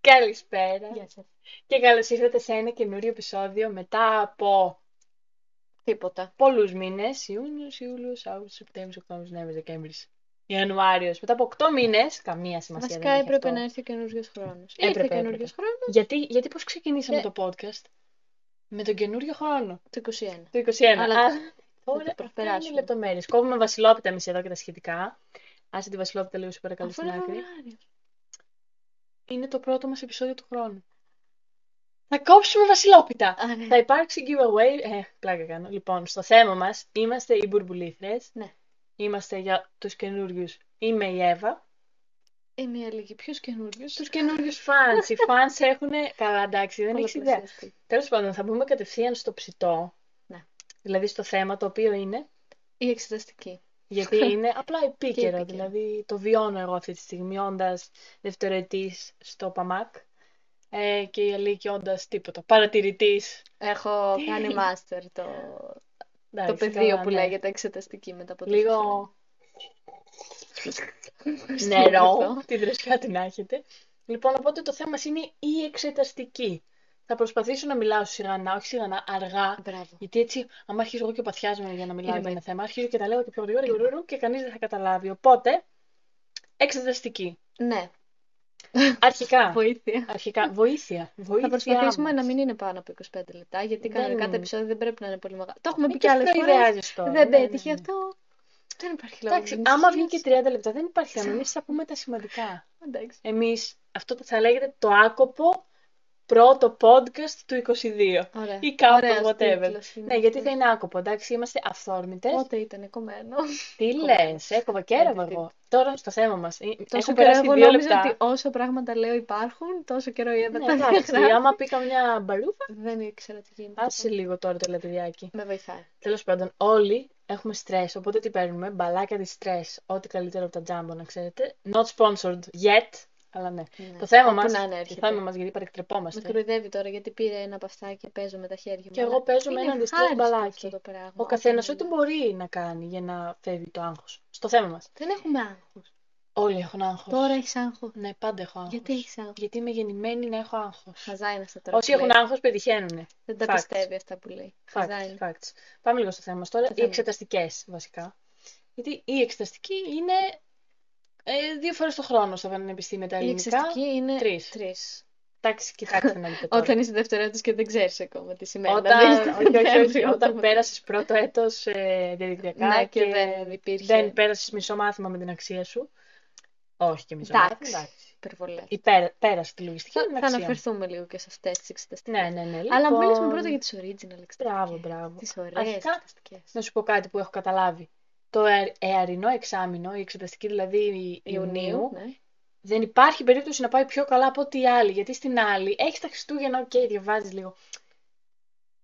Καλησπέρα Γεια σας. και καλώς ήρθατε σε ένα καινούριο επεισόδιο μετά από Τίποτα. πολλούς μήνες, Ιούνιος, Ιούλιος, Αύγουστος, Σεπτέμβριος, Οκτώβριος, Νοέμβριος, Δεκέμβριος, Ιανουάριος, μετά από 8 μήνες, καμία σημασία Βασικά δεν έχει έπρεπε αυτό. να έρθει ο καινούριος χρόνος. Έπρεπε, Ήρθε έπρεπε. καινούριος χρόνος Γιατί, γιατί πώς ξεκινήσαμε Και- το podcast, με τον καινούριο χρόνο, το 21. το 21. Αλλά Α, θα τώρα τα αυτά είναι περάσουμε. λεπτομέρειες. Κόβουμε βασιλόπιτα εμείς εδώ και τα σχετικά. Άσε τη βασιλόπιτα λίγο σου παρακαλώ Αφού στην είναι άκρη. Φεβρουάριο. Είναι το πρώτο μας επεισόδιο του χρόνου. Θα κόψουμε βασιλόπιτα. Α, ναι. Θα υπάρξει giveaway. Ε, πλάκα κάνω. Λοιπόν, στο θέμα μας είμαστε οι μπουρμπουλήθρες. Ναι. Είμαστε για τους καινούριους. Είμαι η Εύα. Είμαι η Αλίκη. Ποιος καινούριος. Τους καινούριου fans. Οι fans έχουν. Καλά, εντάξει, δεν έχεις ιδέα. Τέλος πάντων, θα μπούμε κατευθείαν στο ψητό. Ναι. Δηλαδή στο θέμα το οποίο είναι. Η εξεταστική. Γιατί είναι απλά επίκαιρο. επίκαιρο. δηλαδή το βιώνω εγώ αυτή τη στιγμή, όντας δευτεροετή στο ΠΑΜΑΚ. Ε, και η Αλίκη όντας τίποτα. Παρατηρητής. Έχω κάνει master το, το πεδίο που λέγεται εξεταστική μετά από τόσα χρόνια. ναι. Λίγο νερό, την Ναι, δροσιά την έχετε. Λοιπόν, οπότε το θέμα μας είναι η εξεταστική. Θα προσπαθήσω να μιλάω σιγανά, όχι σιγανά, αργά. Μπράβο. Γιατί έτσι, αν αρχίζω εγώ και παθιάζομαι για να μιλάω Είναι για ένα μεν. θέμα, αρχίζω και τα λέω και πιο γρήγορα, γρήγορα γρήγορα και κανείς δεν θα καταλάβει. Οπότε, εξεταστική. Ναι, Αρχικά, βοήθεια. αρχικά, βοήθεια. Θα βοήθειά προσπαθήσουμε μας. Ε, να μην είναι πάνω από 25 λεπτά, γιατί Δεν κανονικά τα είναι. Ε, επεισόδια δεν πρέπει να είναι πολύ μεγάλα. Το έχουμε πει Μην και τους άλλες φορές. προειδεάζεις τώρα. Ναι, Δεν ναι, πέτυχε ναι. αυτό. Δεν υπάρχει λόγος. Εντάξει, άμα βγει και 30 λεπτά, δεν υπάρχει θέμα. Εμείς θα πούμε τα σημαντικά. Εντάξει. εμείς αυτό θα λέγεται το άκοπο πρώτο podcast του 22. Ωραία. Ή κάπου Ωραίος whatever. τίτλος είναι Ναι, γιατί αυτός. θα είναι άκοπο, εντάξει, είμαστε αυθόρμητες. Πότε ήταν κομμένο. Τι κομμάτι. λες, έκοβα κέραμα Αντίθετα. εγώ. Τώρα στο θέμα μας. Ε, Τόσο Έχουν καιρό περάσει εγώ δύο νόμιζα λεπτά. ότι όσα πράγματα λέω υπάρχουν, τόσο καιρό η Εύα Ναι, τα εντάξει, διαγράφει. άμα πει καμιά μπαλούφα, Δεν ήξερα τι γίνεται. άσε λίγο τώρα το λατιδιάκι. Με βοηθάει. Τέλος πάντων, όλοι έχουμε στρες, οπότε τι παίρνουμε, μπαλάκια της στρες, ό,τι καλύτερο από τα τζάμπο να ξέρετε. Not sponsored yet, αλλά ναι. Ναι. Το θέμα Όπου μας, να είναι, το έρχεται. θέμα μας γιατί Με παρεκτρεπόμαστε. κοροϊδεύει τώρα γιατί πήρε ένα από αυτά και παίζω με τα χέρια μου. Και εγώ αλλά παίζω με είναι έναν δυστρές ευχάριστο μπαλάκι. αυτό το πράγμα. Ο όταν καθένα είναι. ό,τι μπορεί να κάνει για να φεύγει το άγχος. Στο θέμα μας. Δεν έχουμε άγχος. Όλοι έχουν άγχος. Τώρα έχεις άγχος. Ναι, πάντα έχω άγχος. Γιατί έχεις άγχος. Γιατί είμαι γεννημένη να έχω άγχος. Χαζά είναι αυτά τώρα. Όσοι που έχουν λέει. άγχος πετυχαίνουν. Δεν τα Facts. πιστεύει αυτά που λέει. Χαζά Facts, είναι. facts. Πάμε λίγο στο θέμα μας τώρα. Το Οι θέμα. εξεταστικές βασικά. Γιατί η εξεταστική είναι ε, δύο φορές το χρόνο στα πανεπιστήμια τα Η ελληνικά. εξεταστική είναι τρεις. τρεις. Εντάξει, κοιτάξτε να δείτε τώρα. Όταν είσαι δευτερέτος και δεν ξέρεις ακόμα τι σημαίνει. να Όταν, δεις το όχι, όχι, όχι, δέμπριο όταν το- πέρασες πρώτο έτος ε, διαδικτυακά Να Ναι, και δεν υπήρχε. δεν πέρασες μισό μάθημα με την αξία σου. Όχι και μισό Εντάξει. μάθημα. εντάξει. Υπερβολές. Ή πέρα- πέρασε τη λογιστική Θα, με την θα αξία. αναφερθούμε λίγο και σε αυτές τις εξεταστικές. Ναι, ναι, ναι. Αλλά λοιπόν, μιλήσουμε πρώτα για τις original εξεταστικές. Μπράβο, μπράβο. Τις ωραίες Αρχικά, εξεταστικές. Να σου πω κάτι που έχω καταλάβει. Το ε- εαρινό εξάμεινο, η εξεταστική δηλαδή Ιουνίου, ναι. δεν υπάρχει περίπτωση να πάει πιο καλά από ό,τι η άλλη. Γιατί στην άλλη έχεις τα Χριστούγεννα, οκ, διαβάζεις λίγο.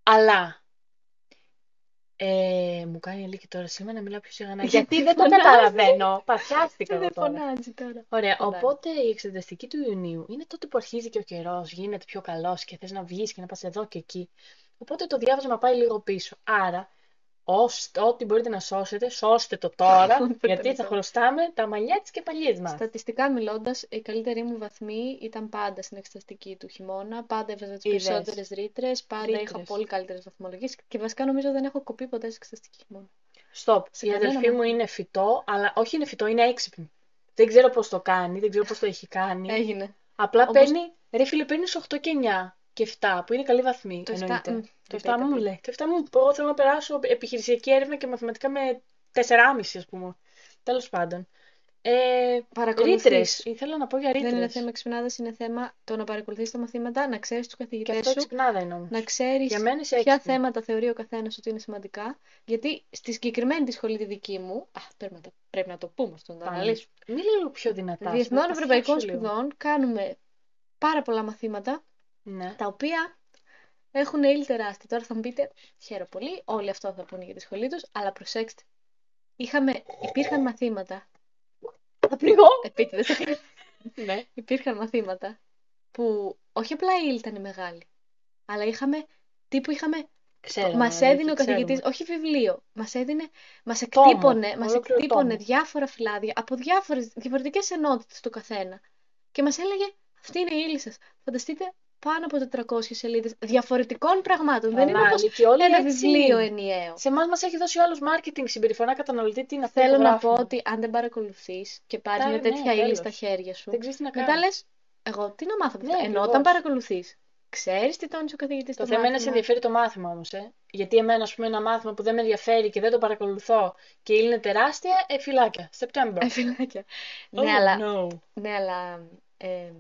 Αλλά. Ε, μου κάνει λίγη τώρα σήμερα να μιλάω πιο σιγανά. Γιατί δεν το Φωνάζει. καταλαβαίνω. Παθιάστηκα εγώ Δεν τώρα. φωνάζει τώρα. Ωραία, φωνάζει. οπότε η εξεταστική του Ιουνίου είναι τότε που αρχίζει και ο καιρός, γίνεται πιο καλός και θες να βγεις και να πας εδώ και εκεί. Οπότε το διάβασμα πάει λίγο πίσω. Άρα, ως, ό,τι μπορείτε να σώσετε, σώστε το τώρα, Ούτε γιατί θα λεπτό. χρωστάμε τα μαλλιά της και παλιές μας. Στατιστικά μιλώντας, οι καλύτεροι μου βαθμοί ήταν πάντα στην εξεταστική του χειμώνα. Πάντα έβαζα τις Είδες. περισσότερες ρήτρες. Πάντα είχα Ρήτρες. πολύ καλύτερες βαθμολογίες. Και βασικά νομίζω δεν έχω κοπεί ποτέ σε εξεταστική χειμώνα. Stop. Σε Η κανένα αδελφή μου μάθημα. είναι φυτό, αλλά όχι είναι φυτό, είναι έξυπνη. Δεν ξέρω πώς το κάνει, δεν ξέρω πώς το έχει κάνει. Έγινε. Απλά Ε, Όπως- παίρνει, ρε φίλε, παίρνεις 8 και 9 και 7, που είναι καλή βαθμή. Το 7, εννοείται. μ, Το 7 δεν τα μου πει. λέει. Το 7 μου, εγώ θέλω να περάσω επιχειρησιακή έρευνα και μαθηματικά με 4,5 ας πούμε. Τέλος πάντων. Ε, Ρήτρε. Παρακολουθείς. Ήθελα να πω για ρήτρε. Δεν είναι θέμα ξυπνάδας, είναι θέμα το να παρακολουθείς τα μαθήματα, να ξέρεις τους Και καθηγητές αυτό σου, ξυπνάδα είναι όμω. να ξέρεις Για μένα είσαι ποια έξυπνη. θέματα θεωρεί ο καθένας ότι είναι σημαντικά. Γιατί στη συγκεκριμένη τη σχολή τη δική μου. Α, πρέπει να το, πρέπει να το πούμε αυτό, να το Πάμε. αναλύσουμε. Μίλα λίγο πιο δυνατά. Διεθνών σε Ευρωπαϊκών παθιάξω λίγο. Σπουδών κάνουμε πάρα πολλά μαθήματα, Ναι. τα οποία έχουν ύλη τεράστια. Τώρα θα μου πείτε, χαίρομαι πολύ, όλοι αυτό θα πούνε για τη σχολή τους, αλλά προσέξτε. Είχαμε, υπήρχαν μαθήματα. Θα πνιγώ. Επίτηδες το κάνω. Ναι. υπήρχαν μαθήματα που όχι απλά η ύλη ήταν μεγάλη, αλλά είχαμε τι που είχαμε Ξέρω. Μα μωρέ, έδινε και ο Ε, ξέρουμε. καθηγητής, όχι βιβλίο, μας έδινε, μας Τόμο, εκτύπωνε, μας ολόκληρο εκτύπωνε τόμο. διάφορα φυλάδια από διάφορες διαφορετικές ενότητες του καθένα. Και μας έλεγε, αυτή είναι η ύλη σας. Φανταστείτε πάνω από 400 σελίδες διαφορετικών πραγμάτων. Δεν είναι Καλά, όπω Λυκειόλοι, ένα έτσι. βιβλίο ενιαίο. Σε εμάς μας έχει δώσει ο άλλος marketing συμπεριφορά καταναλωτή. Τι είναι αυτό Θέλω που να πω γράφουμε. ότι αν δεν παρακολουθείς και πάρεις Τα- μια ναι, τέτοια ύλη τέλος. στα χέρια σου, Δεν ξέρεις τι να μετά κάνεις. λες, εγώ τι να μάθω από Ναι, αυτά. Ενώ όταν ακριβώς. παρακολουθείς, ξέρεις τι τόνισε ο καθηγητής Το στο θέμα είναι να σε μάθημα. ενδιαφέρει το μάθημα όμως. Ε. Γιατί εμένα, ας πούμε, ένα μάθημα που δεν με ενδιαφέρει και δεν το παρακολουθώ και η ύλη είναι τεράστια, ε, φυλάκια. Σεπτέμβρο. Ε, φυλάκια. Ναι, Oh αλλά no. Ναι, αλλά εμ,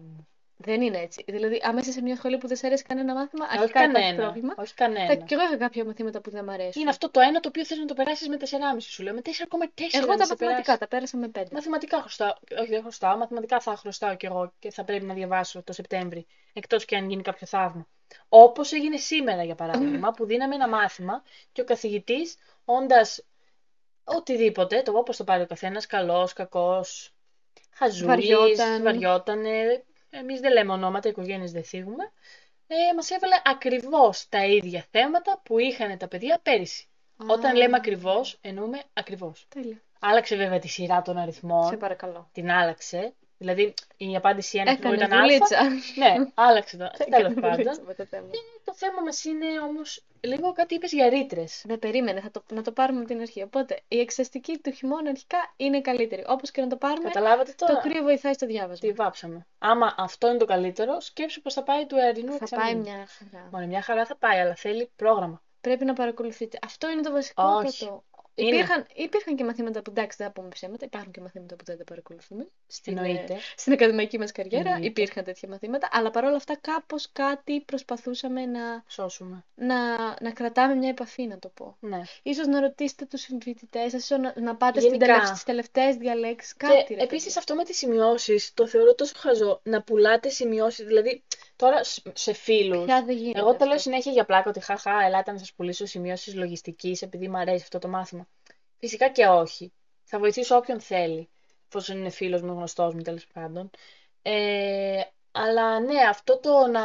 δεν είναι έτσι. Δηλαδή, αμέσω σε μια σχολή που δεν σε αρέσει κανένα μάθημα, Ε, Όχι αρχικά υπάρχει κανένα. πρόβλημα. Όχι Θα, κανένα. κι εγώ είχα κάποια μαθήματα που δεν μου Είναι αρέσουν. αυτό το ένα το οποίο θες να το περάσεις με 4,5 σου λέω. Με 4,4 Εγώ να τα σε περάσει. μαθηματικά τα πέρασα με πέντε. Μαθηματικά χρωστάω. Όχι, δεν χρωστάω. Μαθηματικά θα χρωστάω κι εγώ και θα πρέπει να διαβάσω το Σεπτέμβρη. Εκτός και αν γίνει κάποιο θαύμα. Όπως έγινε σήμερα, για παράδειγμα, που δίναμε ένα μάθημα και ο καθηγητής, όντας οτιδήποτε, το όπως το πάρει ο καθένας, καλός, κακός, χαζούλης, Βαριόταν. βαριότανε. Εμείς δεν λέμε ονόματα, οικογένειες δεν θίγουμε. Ε, μας έβαλε ακριβώς τα ίδια θέματα που είχαν τα παιδιά πέρυσι. Α, Όταν λέμε ακριβώς, εννοούμε ακριβώς. τέλεια. Άλλαξε βέβαια τη σειρά των Σε αριθμών, παρακαλώ. την άλλαξε. Δηλαδή η απάντηση 1 που Έκανες ήταν α. δουλίτσα. Ναι, άλλαξε το. Τέλο Έκανε πάντων. δουλίτσα με το θέμα. Το θέμα μας είναι όμως λίγο κάτι είπες για ρήτρες. Ναι, περίμενε, θα το, να το πάρουμε από την αρχή. Οπότε, η εξαστική του χειμώνα αρχικά είναι καλύτερη. Όπως και να το πάρουμε, Καταλάβατε Ναι. το τώρα κρύο βοηθάει στο τι διάβασμα. βάψαμε. Άμα αυτό είναι το καλύτερο, σκέψου πως θα πάει του αερινού Θα πάει εξαμήνου. μια χαρά. Μόνο μια χαρά θα πάει, αλλά θέλει πρόγραμμα. Πρέπει να παρακολουθείτε. Αυτό είναι το Όχι. βασικότατο. Είναι. Υπήρχαν, υπήρχαν και μαθήματα που εντάξει, δεν θα πούμε ψέματα. Υπάρχουν και μαθήματα που δεν τα παρακολουθούμε. Στην, ε, Εννοείται. στην ακαδημαϊκή μας καριέρα Εννοείται. υπήρχαν τέτοια μαθήματα. Αλλά παρόλα αυτά, κάπως κάτι προσπαθούσαμε να, Σώσουμε. να, να κρατάμε μια επαφή, να το πω. Ναι. Ίσως να ρωτήσετε τους συμφοιτητέ σα, ίσως να, να πάτε στην τελευ... Γενικά. στι τελευταίες διαλέξεις. Και Κάτι, ρε επίσης παιδιά. αυτό με τις σημειώσεις το θεωρώ τόσο χαζό να πουλάτε σημειώσεις. Δηλαδή τώρα σ- σε φίλους, Πια δεν γίνεται εγώ το λέω αυτό. συνέχεια για πλάκα ότι χαχά, ελάτε να σας πουλήσω σημειώσεις λογιστικής επειδή μου αρέσει αυτό το μάθημα. Φυσικά και όχι. Θα βοηθήσω όποιον θέλει, εφόσον είναι φίλος μου, γνωστός μου τέλος πάντων. Ε, αλλά ναι, αυτό το να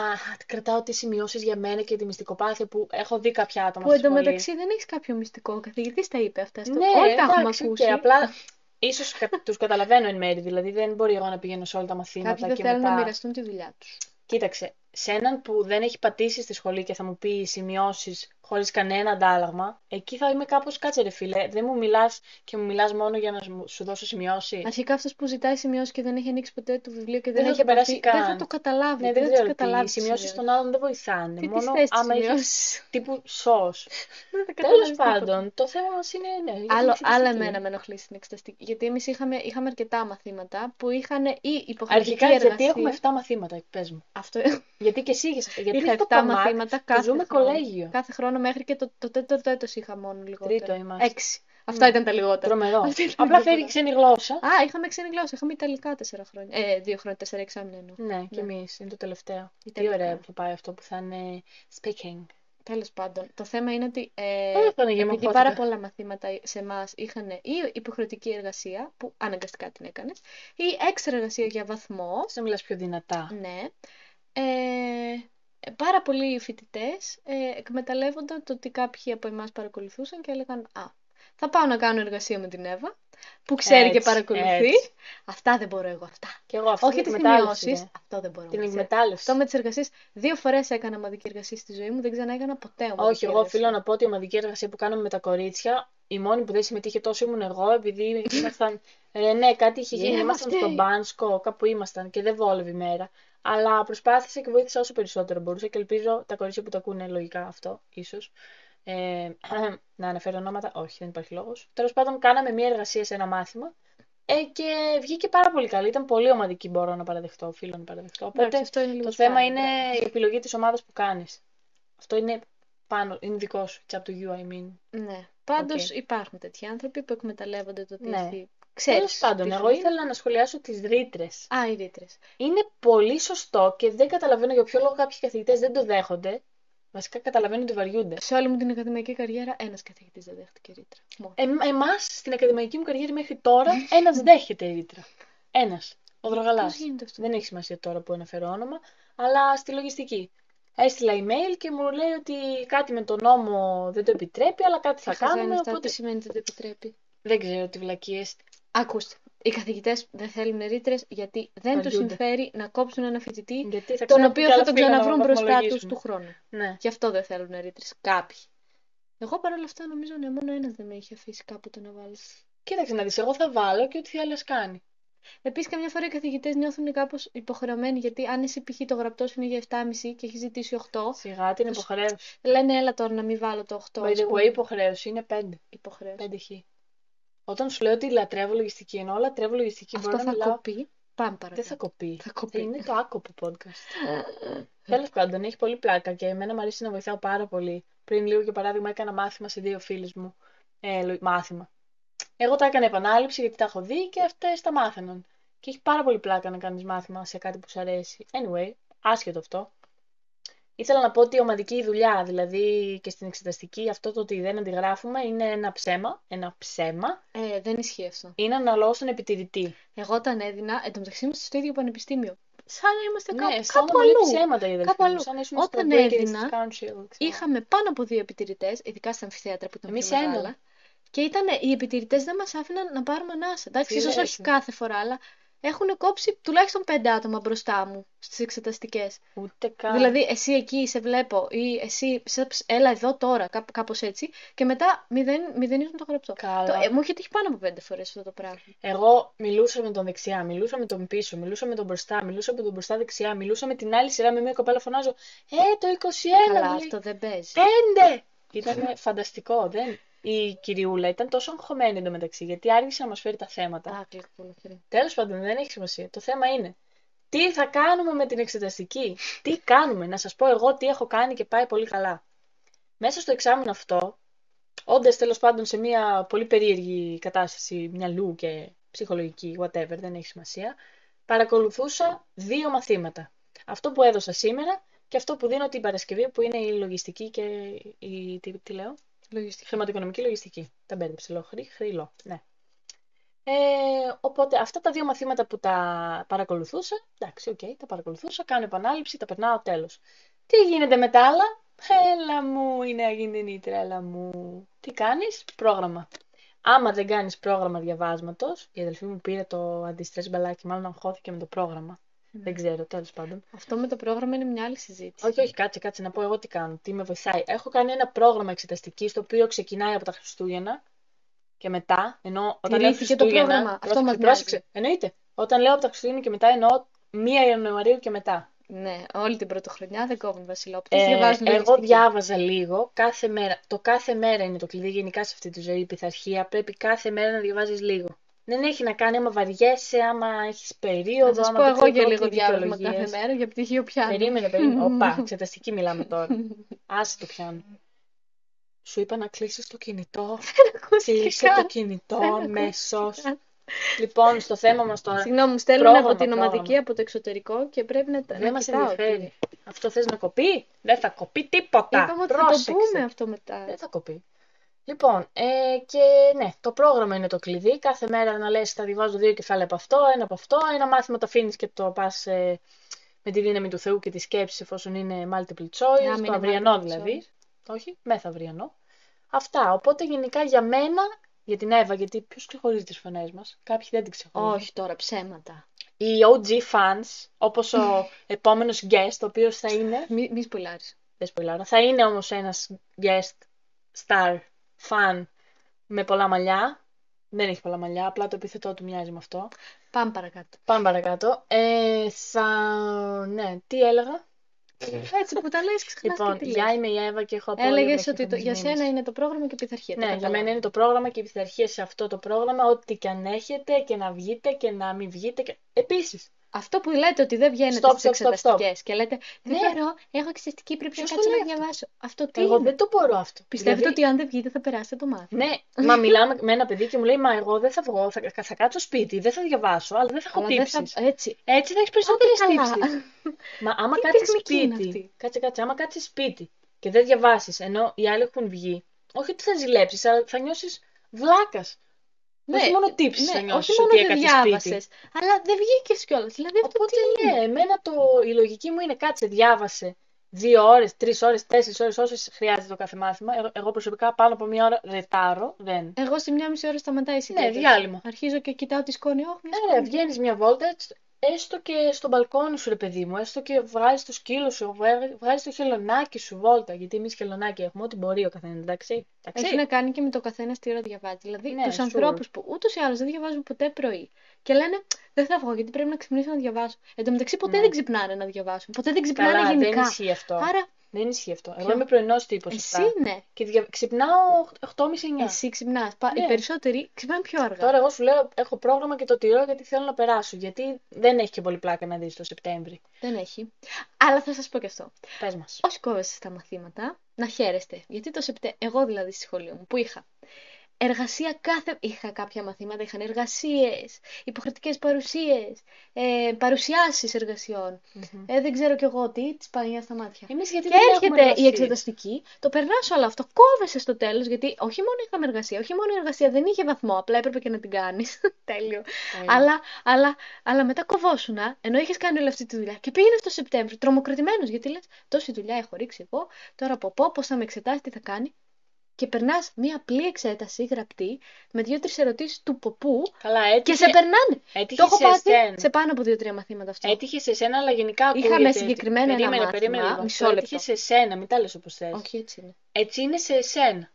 κρατάω τις σημειώσεις για μένα και τη μυστικοπάθεια που έχω δει κάποια άτομα Που στη σχολή. εντωμεταξύ δεν έχεις κάποιο μυστικό. Ο καθηγητής τα είπε αυτά. Στο... Ναι, Όλοι τα έχουμε εντάξει, οκ. ακούσει. απλά ίσως κα... τους καταλαβαίνω εν μέρη. Δηλαδή δεν μπορεί εγώ να πηγαίνω σε όλα τα Κάποιοι μαθήματα δεν και θέλουν να μετά. μοιραστούν τη δουλειά τους. Κοίταξε, σε έναν που δεν έχει πατήσει στη σχολή και θα μου πει σημειώσεις χωρίς κανένα αντάλλαγμα, εκεί θα είμαι κάπως κάτσε ρε φίλε. Δεν μου μιλάς και μου μιλάς μόνο για να σου σου δώσω σημειώσεις. Αρχικά αυτός που ζητάει σημειώσεις και δεν έχει ανοίξει ποτέ το βιβλίο και Ε. Δεν δεν θα έχει το περάσει επαφή, δεν θα καν. το καταλάβει. Ναι, Δεν δεν θα τι ξέρω τι. Οι καταλάβει τις σημειώσεις σημειώσεις. των άλλων δεν βοηθάνε. Τι τι Μόνο θες τις άμα έχεις σημειώσεις. τύπου σως. Δεν θα Τέλος καταλάβεις τίποτα. πάντων, το θέμα μας είναι ναι, για την Άλλο, άλλο εμένα εξεταστική. με ενοχλεί στην εξεταστική. Γιατί εμείς είχαμε, είχαμε αρκετά μαθήματα που είχαν ή υποχρεωτική Αρχικά, γιατί έχουμε εργασία. 7 μαθήματα, πες μου. Αυτό Γιατί και εσύ είχες, γιατί είχα στο 7 ΚΑΜΑΚ μαθήματα το κάθε ζούμε χρόνο. κολέγιο. Κάθε χρόνο μέχρι και το, το τέταρτο έτος είχα μόνο Τρίτο λιγότερα. είμαστε. Έξι. Αυτά Ναι. ήταν τα λιγότερα. Τρομερό. Αυτή ήταν η Απλά φέρει διαφορά. ξένη γλώσσα. Α, είχαμε ξένη γλώσσα. Είχαμε Ιταλικά τέσσερα χρόνια. Ε, δύο χρόνια, τέσσερα εξάμεινα εννοώ. Ναι, και Ναι, εμείς είναι το τελευταίο. Τι ωραία Ιταλικά. που θα πάει αυτό που θα είναι speaking. Τέλος πάντων, το θέμα είναι ότι Ωραία, ε, Παναγία μου, επειδή πάρα χώθηκα. πολλά μαθήματα σε εμάς είχαν ή υποχρεωτική εργασία, που αναγκαστικά την έκανες, ή έξτρα εργασία για βαθμός, Σε μιλάς πιο δυνατά. ναι, ε, ε, πάρα πολλοί φοιτητές ε, εκμεταλλεύονταν το ότι κάποιοι από εμάς παρακολουθούσαν και έλεγαν Α, θα πάω να κάνω εργασία με την Εύα, που ξέρει και Έτσι, παρακολουθεί. έτσι. Αυτά δεν μπορώ εγώ, αυτά. Και εγώ αυτή την Όχι τι εκμετάλλευση, σημειώσεις, ρε. αυτό δεν μπορώ. Την Με τις... ε- Αυτό εκμετάλλευση. με τις εργασίες, δύο φορές έκανα ομαδική εργασία στη ζωή μου, δεν ξανά έκανα ποτέ Όχι, ομαδική εγώ οφείλω εργασία. να πω ότι η ομαδική εργασία που κάναμε με τα κορίτσια, η μόνη που δεν συμμετείχε τόσο ήμουν εγώ, επειδή ήμασταν. Ρε, ναι, κάτι είχε Η γίνει. Εύα Ήμασταν στον φταίει. Μπάνσκο, κάπου ήμασταν και δεν βόλευε η μέρα. Αλλά προσπάθησα και βοήθησα όσο περισσότερο μπορούσα και ελπίζω τα κορίτσια που το ακούνε λογικά αυτό, ίσως. Ε, να αναφέρω ονόματα, όχι, δεν υπάρχει λόγος. Τέλος πάντων, κάναμε μία εργασία σε ένα μάθημα ε, και βγήκε πάρα πολύ καλή. Ήταν πολύ ομαδική, μπορώ να παραδεχτώ, οφείλω να παραδεχτώ. Εντάξει, Οπότε αυτό είναι λίγο το θέμα σπάνιο, είναι μπράβο. η επιλογή της ομάδας που κάνεις. Αυτό είναι πάνω, είναι δικό σου. It's up to you, I mean. Ναι. Okay. Πάντως υπάρχουν τέτοιοι άνθρωποι που εκμεταλλεύονται το ότι Ναι. εσύ Τέλο ξέρεις πάντων, τι σου εγώ λένε. ήθελα να σχολιάσω τις ρήτρες. Α, οι ρήτρες. Είναι πολύ σωστό και δεν καταλαβαίνω για ποιο λόγο κάποιοι καθηγητές δεν το δέχονται. Βασικά καταλαβαίνω ότι βαριούνται. Σε όλη μου την ακαδημαϊκή καριέρα ένας καθηγητής δεν δέχτηκε ρήτρα. Μόνο. Ε, Εμάς στην ακαδημαϊκή μου καριέρα μέχρι τώρα, ένας δέχεται ρήτρα. Ένας. Ο Πώς Δρογαλά. γίνεται αυτό. Δεν έχει σημασία τώρα που αναφέρω όνομα, αλλά στη λογιστική. Έστειλα email και μου λέει ότι κάτι με τον νόμο δεν το επιτρέπει, αλλά κάτι θα Χαζά είναι κάνουμε. αυτά. Οπότε Τι σημαίνει ότι δεν το επιτρέπει. δεν ξέρω τι βλακίες. Ακούστε. Οι καθηγητές δεν θέλουν ρήτρες γιατί δεν του Βαριούνται. συμφέρει να κόψουν ένα φοιτητή Γιατί θα τον ξέρουν οποίο ότι θα Ναι. καλά τον φύγανε να ξαναβρούν μπροστά τους βαθμολογήσουν. του χρόνου. Ναι. Γι' αυτό δεν θέλουν ρήτρες. Κάποιοι. Εγώ παρόλα αυτά νομίζω ότι μόνο ένας δεν με είχε αφήσει κάποτε να βάλω. Κοίταξε να δεις, εγώ θα βάλω και ό,τι θέλει ας κάνει. Επίσης, καμιά φορά οι καθηγητές νιώθουν κάπως υποχρεωμένοι γιατί αν εσύ π.χ. το γραπτός σου είναι για 7,5 και έχεις ζητήσει 8, Σιγά την Τους- υποχρέωση. λένε έλα τώρα να μην βάλω το 8. By the way, υποχρέωση είναι 5. υποχρέωση. 5 χ. Όταν σου λέω ότι λατρεύω λογιστική, ενώ λατρεύω λογιστική, Αυτό μπορώ να θα μιλάω. κοπεί. Πάμε Δεν παρακάτω. θα κοπεί. Θα κοπεί. Θα είναι το άκοπο podcast. Τέλος πάντων, έχει πολύ πλάκα και εμένα μου αρέσει να βοηθάω πάρα πολύ. Πριν λίγο, για παράδειγμα, έκανα μάθημα σε δύο φίλε μου. Ε, λο- μάθημα. Εγώ τα έκανα επανάληψη γιατί τα έχω δει και αυτές τα μάθαιναν. Και έχει πάρα πολύ πλάκα να κάνεις μάθημα σε κάτι που σου αρέσει. Anyway, άσχετο αυτό. Ήθελα να πω ότι η ομαδική δουλειά, δηλαδή και στην εξεταστική, αυτό το ότι δεν αντιγράφουμε είναι ένα ψέμα. Ένα ψέμα. Ε, δεν ισχύει αυτό. Είναι ένα λόγο στον επιτηρητή. Εγώ όταν έδινα, εν τω μεταξύ είμαστε στο ίδιο πανεπιστήμιο. Σαν να είμαστε κά- ναι, κάπου αισθάνομαι αλλού. λίγο ψέματα για Κάπου αλλού. Σαν να ήσουν Όταν στο Bakeries έδινα, Council. Είχαμε πάνω από δύο επιτηρητές, ειδικά στα αμφιθέατρα που ήταν Εμείς πιο έναν. μεγάλα. Και ήταν, οι επιτηρητές δεν μας άφηναν να πάρουμε ανάσα. Εντάξει, ίσω Φιλέζε. όχι κάθε φορά, αλλά έχουν κόψει τουλάχιστον πέντε άτομα μπροστά μου στις εξεταστικές. Ούτε καν. Δηλαδή, εσύ εκεί σε βλέπω, ή εσύ σε- έλα εδώ τώρα, κάπω κάπως έτσι, και μετά μηδεν, μηδενίζουν το γραπτό. Καλά. Το, ε, μου είχε τύχει πάνω από πέντε φορές αυτό το πράγμα. Εγώ μιλούσα με τον δεξιά, μιλούσα με τον πίσω, μιλούσα με τον μπροστά, μιλούσα με τον μπροστά δεξιά, μιλούσα με την άλλη σειρά με μια κοπέλα φωνάζω. Ε, το 21 Καλά, μου λέει. αυτό δεν παίζει. Πέντε! Ήταν φανταστικό, δεν. Η κυριούλα ήταν τόσο αγχωμένη εντωμεταξύ, γιατί άργησε να μας φέρει τα θέματα. Α, κλικ, πολύ ωραία. Τέλος πάντων, δεν έχει σημασία. Το θέμα είναι τι θα κάνουμε με την εξεταστική. Τι κάνουμε, να σας πω εγώ τι έχω κάνει και πάει πολύ καλά. Μέσα στο εξάμεινο αυτό, όντας τέλος πάντων σε μια πολύ περίεργη κατάσταση μυαλού και ψυχολογική, whatever, δεν έχει σημασία, παρακολουθούσα δύο μαθήματα. Αυτό που έδωσα σήμερα και αυτό που δίνω την Παρασκευή, που είναι η λογιστική και η. Τι, τι λέω? Λογιστική. Χρηματοοικονομική λογιστική. Τα μπέρδεψε, λέω. Χρή, χρήλο. Ναι. Ε, οπότε αυτά τα δύο μαθήματα που τα παρακολουθούσα, εντάξει, οκ, τα παρακολουθούσα, κάνω επανάληψη, τα περνάω τέλος. Τι γίνεται με τα άλλα, έλα μου, είναι αγίνδυνη τρέλα μου. Τι κάνεις, πρόγραμμα. Άμα δεν κάνεις πρόγραμμα διαβάσματος, η αδελφή μου πήρε το αντιστρες μπαλάκι, μάλλον αγχώθηκε με το πρόγραμμα. Δεν ξέρω, τέλος πάντων. Ναι. Αυτό με το πρόγραμμα είναι μια άλλη συζήτηση. Όχι, όχι, κάτσε, κάτσε να πω εγώ τι κάνω, τι με βοηθάει. Έχω κάνει ένα πρόγραμμα εξεταστική, το οποίο ξεκινάει από τα Χριστούγεννα και μετά, ενώ όταν λέω Τηρήθηκε το Χριστούγεννα. πρόγραμμα. Αυτό πρόσεξε, μας νοιάζει. πρόσεξε, εννοείται. Όταν λέω από τα Χριστούγεννα και μετά, εννοώ 1 Ιανουαρίου και μετά. Ναι, όλη την πρωτοχρονιά δεν κόβουν βασιλόπιτες, Ε, διαβάζουν εγώ λογιστική. διάβαζα λίγο κάθε μέρα. Το κάθε μέρα είναι το κλειδί γενικά σε αυτή τη ζωή. Η πειθαρχία πρέπει κάθε μέρα να διαβάζεις λίγο. Δεν έχει να κάνει άμα βαριέσαι, άμα έχεις περίοδο. Να σας άμα πω δεν εγώ ξέρω για τι λίγο διάβασμα κάθε δικαιολογίες. μέρα για πτυχίο πιάνω. Περίμενε, περίμενε. Οπα, εξεταστική μιλάμε τώρα. Άσε το πιάνω. Σου είπα να κλείσεις το κινητό. Κλείσε το κινητό αμέσως. Λοιπόν, στο θέμα μας τώρα. Συγγνώμη, μου στέλνουν από Πρόγραμμα, την ομαδική, πρόγραμμα. από το εξωτερικό και πρέπει να τα Δεν να μας κοιτάω. ενδιαφέρει. Αυτό θες να κοπεί? Δεν θα κοπεί τίποτα. Είπαμε ότι θα το Πρόσεξε. Ε, πούμε αυτό μετά. Δεν θα κοπεί. Λοιπόν, ε, και ναι, το πρόγραμμα είναι το κλειδί. Κάθε μέρα να λες, θα διαβάζω δύο κεφάλαια από αυτό, ένα από αυτό. Ένα μάθημα το αφήνεις και το πας ε, με τη δύναμη του Θεού και τη σκέψη, εφόσον είναι multiple Να μην choice, είναι το αυριανό multiple δηλαδή. choice. Όχι, μεθαυριανό. Αυτά. Οπότε γενικά για μένα, για την Εύα, γιατί ποιος ξεχωρίζει τις φωνές μας. Κάποιοι δεν την ξεχωρίζουν. Όχι τώρα, ψέματα. Οι OG fans, όπως ο επόμενος guest, ο οποίος θα είναι. Μη, μη σπουλάρεις. Δεν σπουλάρω. Θα είναι όμως ένας guest star fan με πολλά μαλλιά. Δεν έχει πολλά μαλλιά, απλά το επίθετό του μοιάζει με αυτό. Πάμε παρακάτω. Πάμε παρακάτω. Ε, θα... Ναι, τι έλεγα. Έτσι που τα λες, ξεχνάς Λοιπόν, και τι λες. γεια είμαι η Εύα και έχω απόλυτα Έλεγες ότι το- για ευτυχισμένης. σένα είναι το πρόγραμμα και η πειθαρχία. Ναι, για μένα είναι το πρόγραμμα και η πειθαρχία σε αυτό το πρόγραμμα, ό,τι και αν έχετε και να βγείτε και να μην βγείτε. Και... Επίσης, Αυτό που λέτε ότι δεν βγαίνετε Stop, στις stop, stop, stop. εξεταστικές και λέτε «Τι Ναι. μπορώ, έχω εξεταστική, πρέπει να Ποιος το κάτσω να λέει αυτό? διαβάσω». Αυτό τι εγώ είναι. δεν το μπορώ αυτό. Πιστεύετε Δηλαδή, ότι αν δεν βγείτε θα περάσετε το μάθημα. Ναι, μα μιλάμε με ένα παιδί και μου λέει Μα εγώ δεν θα βγω, θα, θα κάτσω σπίτι, δεν θα διαβάσω, αλλά δεν θα έχω Αλλά δεν τύψει. θα... Έτσι. Έτσι θα έχεις περισσότερε Άντε καλά. τύψει. Μα άμα Τι κάτσεις τεχνική είναι αυτή? σπίτι. Κάτσε, κάτσε. Άμα κάτσεις σπίτι και δεν διαβάσεις, ενώ οι άλλοι έχουν βγει, όχι ότι θα ζηλέψεις, αλλά θα νιώσεις βλάκας. Ναι, όχι μόνο τύψεις ναι, θα νιώσει όχι μόνο ότι δεν έκατσε σπίτι. διάβασες, αλλά δεν βγήκες κιόλας. Δηλαδή αυτό Οπότε τι είναι. ναι, εμένα το, η λογική μου είναι κάτσε, διάβασε. δύο ώρες, τρεις ώρες, τέσσερις ώρες, όσες χρειάζεται το κάθε μάθημα. Ε, Εγώ, εγώ προσωπικά πάνω από μία ώρα ρετάρω. Δεν. Εγώ σε μια μισή ώρα σταματάει η Ναι, συνδέδεση. διάλειμμα. Αρχίζω και κοιτάω τη σκόνη. Όχι, μια Ναι, σκόνη. βγαίνεις μια βόλτα, έτσι, έστω και στο μπαλκόνι σου, ρε παιδί μου, έστω και βγάζει το σκύλο σου, βγάζει το χελωνάκι σου βόλτα. Γιατί εμείς χελωνάκι έχουμε, ό,τι μπορεί ο καθένας, εντάξει. Έχει εντάξει. να κάνει και με το καθένας τι ώρα διαβάζει. Δηλαδή, Ναι, τους sure. ανθρώπους που ούτως ή άλλως δεν διαβάζουν ποτέ πρωί και λένε Δεν θα βγω γιατί πρέπει να ξυπνήσω να διαβάσω. Εν τω μεταξύ, ποτέ Ναι. δεν ξυπνάνε να διαβάσουν. Ποτέ δεν ξυπνάνε Καλά, δεν γενικά. ισχύει αυτό. Άρα, Δεν ισχύει αυτό. Εγώ Ποιο? είμαι πρωινός τύπος. εσύ ναι. Και δια... ξυπνάω 8.30-9. Εσύ ξυπνάς. Οι Ναι. περισσότεροι ξυπνάνε πιο αργά. Τώρα εγώ σου λέω έχω πρόγραμμα και το τηρώ γιατί θέλω να περάσω. Γιατί δεν έχει και πολύ πλάκα να δεις το Σεπτέμβρη. Δεν έχει. Αλλά θα σας πω και αυτό. Πες μας. Όσοι κόβεστε στα μαθήματα, να χαίρεστε. Γιατί το Σεπτέμβριο, εγώ δηλαδή στη σχολείο μου που είχα εργασία κάθε. Είχα κάποια μαθήματα, είχαν εργασίες, υποχρεωτικές παρουσίες, ε, παρουσιάσεις εργασιών. Μμμ. Ε, δεν ξέρω κι εγώ τι, της πανιά στα μάτια. Εμείς γιατί Και δεν έχουμε έρχεται η εργασίες. εξεταστική, το περνάς όλο αυτό, κόβεσαι στο τέλος, γιατί όχι μόνο είχαμε εργασία, όχι μόνο η εργασία δεν είχε βαθμό, απλά έπρεπε και να την κάνεις. Τέλειο. Τέλεια. Αλλά, αλλά, αλλά μετά κοβόσουνα, ενώ είχες κάνει όλη αυτή τη δουλειά. Και πήγαινε στο Σεπτέμβριο, τρομοκρατημένος, γιατί λες: Τόση δουλειά έχω ρίξει εγώ, τώρα από πω, πώς θα με εξετάσει, τι θα κάνει. Και περνάς μία απλή εξέταση γραπτή με δύο-τρει ερωτήσεις του ποπού Καλά, και έτυχε, σε περνάνε. έτυχε Το έχω σε πάθει εσένα. σε πάνω από δύο-τρία μαθήματα αυτό. Έτυχε σε σένα, αλλά γενικά ακούγεται. Είχαμε έτσι. συγκεκριμένα ένα περίμενε, μάθημα, Περίμενε, λίγο. μισό Αυτό λεπτό. Έτυχε σε σένα, μην τα λες όπως θες. Όχι, έτσι είναι. Έτσι είναι σε εσένα. Έτσι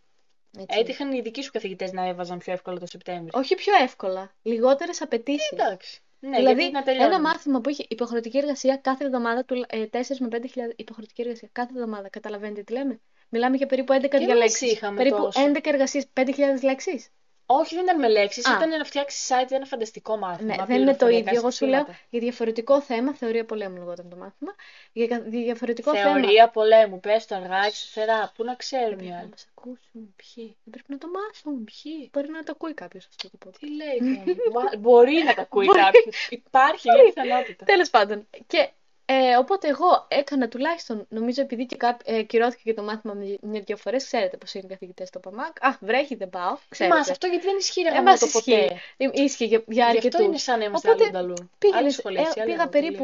είναι. Έτυχαν οι δικοί σου καθηγητές να έβαζαν πιο εύκολα το Σεπτέμβριο. Όχι πιο εύκολα, λιγότερες απαιτήσεις. Εντάξει. Ναι, δηλαδή, γιατί να τελειώνουμε. ένα μάθημα που είχε υποχρεωτική εργασία κάθε εβδομάδα, του, ε, 4 με 5 χιλιάδες υποχρεωτική εργασία κάθε εβδομάδα. Καταλαβαίνετε τι λέμε. Μιλάμε για περίπου 11 εμείς διαλέξεις. είχαμε Περίπου τόσο. 11 εργασίε, 5.000 λέξει. Όχι, δεν ήταν με λέξεις, Α. ήταν να φτιάξεις site, ένα φανταστικό μάθημα. Ναι, δεν είναι το ίδιο. πληροφοριακά Εγώ σου λέω συστήματα. για διαφορετικό θέμα, θεωρία πολέμου λεγόταν το μάθημα. Για κα- για διαφορετικό θέμα. Θεωρία πολέμου, πες το αργά, εξωτερά, πού να ξέρουν οι Δεν πρέπει να άλλοι. μας ακούσουν. Ποιοι. Δεν πρέπει να το μάθουν. Ποιοι, Μπορεί να το ακούει κάποιος αυτό το πω. τι λέει τώρα. Μπο- Μπορεί να τα ακούει Μπορεί. κάποιος. Υπάρχει μια πιθανότητα. Τέλος πάντων. Και ε, οπότε εγώ έκανα τουλάχιστον, νομίζω επειδή και κά, ε, κυρώθηκε και το μάθημα με μια-δυο φορές, ξέρετε πώς είναι οι καθηγητές στο ΠΑΜΑΚ. Α, βρέχει, δεν πάω. Ξέρετε. Μα αυτό γιατί δεν ισχύει ρε Ε, γαμώτο, μας ισχύει. ποτέ. Ε, Ίσχυε για, για Γι' αυτό είναι αρκετού. σαν να είμαστε Οπότε άλλο ανταλού. πήγαινες, Άλλες σχολές, ε, οι άλλοι πήγα έχουν περίπου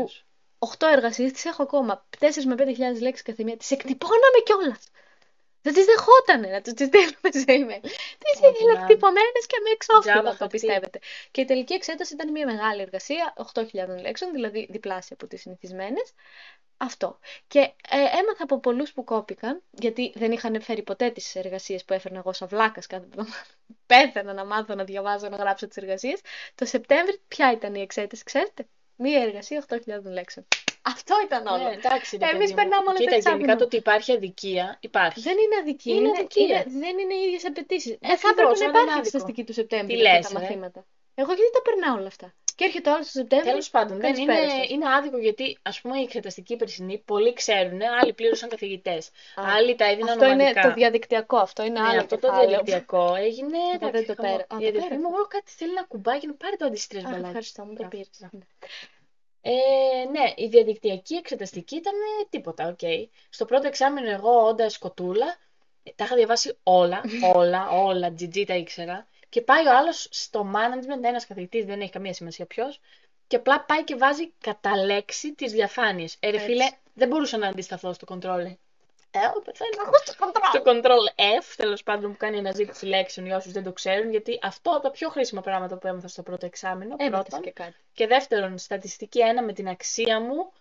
τελείως. 8 εργασίες, τις έχω ακόμα. 4 με 5.000 λέξεις κάθε μία. Τις εκτυπώναμε κιόλας. Δεν τις δεχότανε να του τι στέλνουμε σε email. Τι Ό,τι να ήθελα είναι. εκτυπωμένε και με Τζάμπα εξώφυλλο, το χαρτί. πιστεύετε. Και η τελική εξέταση ήταν μια μεγάλη εργασία, 8.000 λέξεων, δηλαδή διπλάσια από τις συνηθισμένες. Αυτό. Και ε, έμαθα από πολλούς που κόπηκαν, γιατί δεν είχαν φέρει ποτέ τις εργασίες που έφερνα εγώ σαν βλάκας κάθε εβδομάδα. Πέθανα να μάθω, να διαβάζω, να γράψω τις εργασίες. Το Σεπτέμβρη, ποια ήταν η εξέταση, ξέρετε. Μία εργασία 8.000 λέξεων. Αυτό ήταν όλο. Ναι, εντάξει, ρε Εμείς παιδί μου. περνάμε όλο το Κοίτα, γενικά εξάμηνο. το ότι υπάρχει αδικία, υπάρχει. Δεν είναι αδικία. Είναι αδικία. δεν είναι οι ίδιες απαιτήσεις. Δεν θα Ακριβώς, έπρεπε δεν είναι να υπάρχει άδικο. εξεταστική του Σεπτέμβρη Τι για λες, ε? τα ρε. μαθήματα. Εγώ γιατί τα περνάω όλα αυτά. Και έρχεται άλλος στο Σεπτέμβρη. Τέλος πάντων, δεν είναι, καλησπέρα σας. είναι άδικο γιατί ας πούμε οι εξεταστικοί περσινοί πολλοί ξέρουν, άλλοι πλήρωσαν καθηγητές. Α, Άλλοι τα έδιναν Αυτό είναι ομαδικά. το διαδικτυακό, αυτό είναι Ναι, άλλο αυτό το κεφάλαιο. διαδικτυακό έγινε. δεν εντάξει, το χαμό. πέρα- Η α, το αδερφή πέρασε. μου, εγώ κάτι θέλει να κουμπάκι, να πάρει το αντιστρες Αχ, μπαλάκι. ευχαριστώ, μου το Μπράβο, πήρες. μπράβο. Ναι. Ε, ναι, η διαδικτυακή εξεταστική ήταν ε, τίποτα, οκ. Στο πρώτο εξάμεινο εγώ όντας σκοτούλα, ε, τα είχα διαβάσει όλα, όλα, όλα, GG τα ήξερα. Και πάει ο άλλος στο management, ένας καθηγητής, δεν έχει καμία σημασία ποιος, και απλά πάει και βάζει κατά λέξη τις διαφάνειες. Ε, ρε Έτσι. φίλε, δεν μπορούσα να αντισταθώ στο control. Ε, ο, πεθαίνω. Εγώ στο κοντρόλ. Στο control F, τέλος πάντων, που κάνει αναζήτηση λέξεων για όσους δεν το ξέρουν, γιατί αυτό από τα πιο χρήσιμα πράγματα που έμαθα στο πρώτο εξάμεινο. Έμαθες πρώτον. Ε, και κάτι. Και δεύτερον, στατιστική 1 με την αξία μου,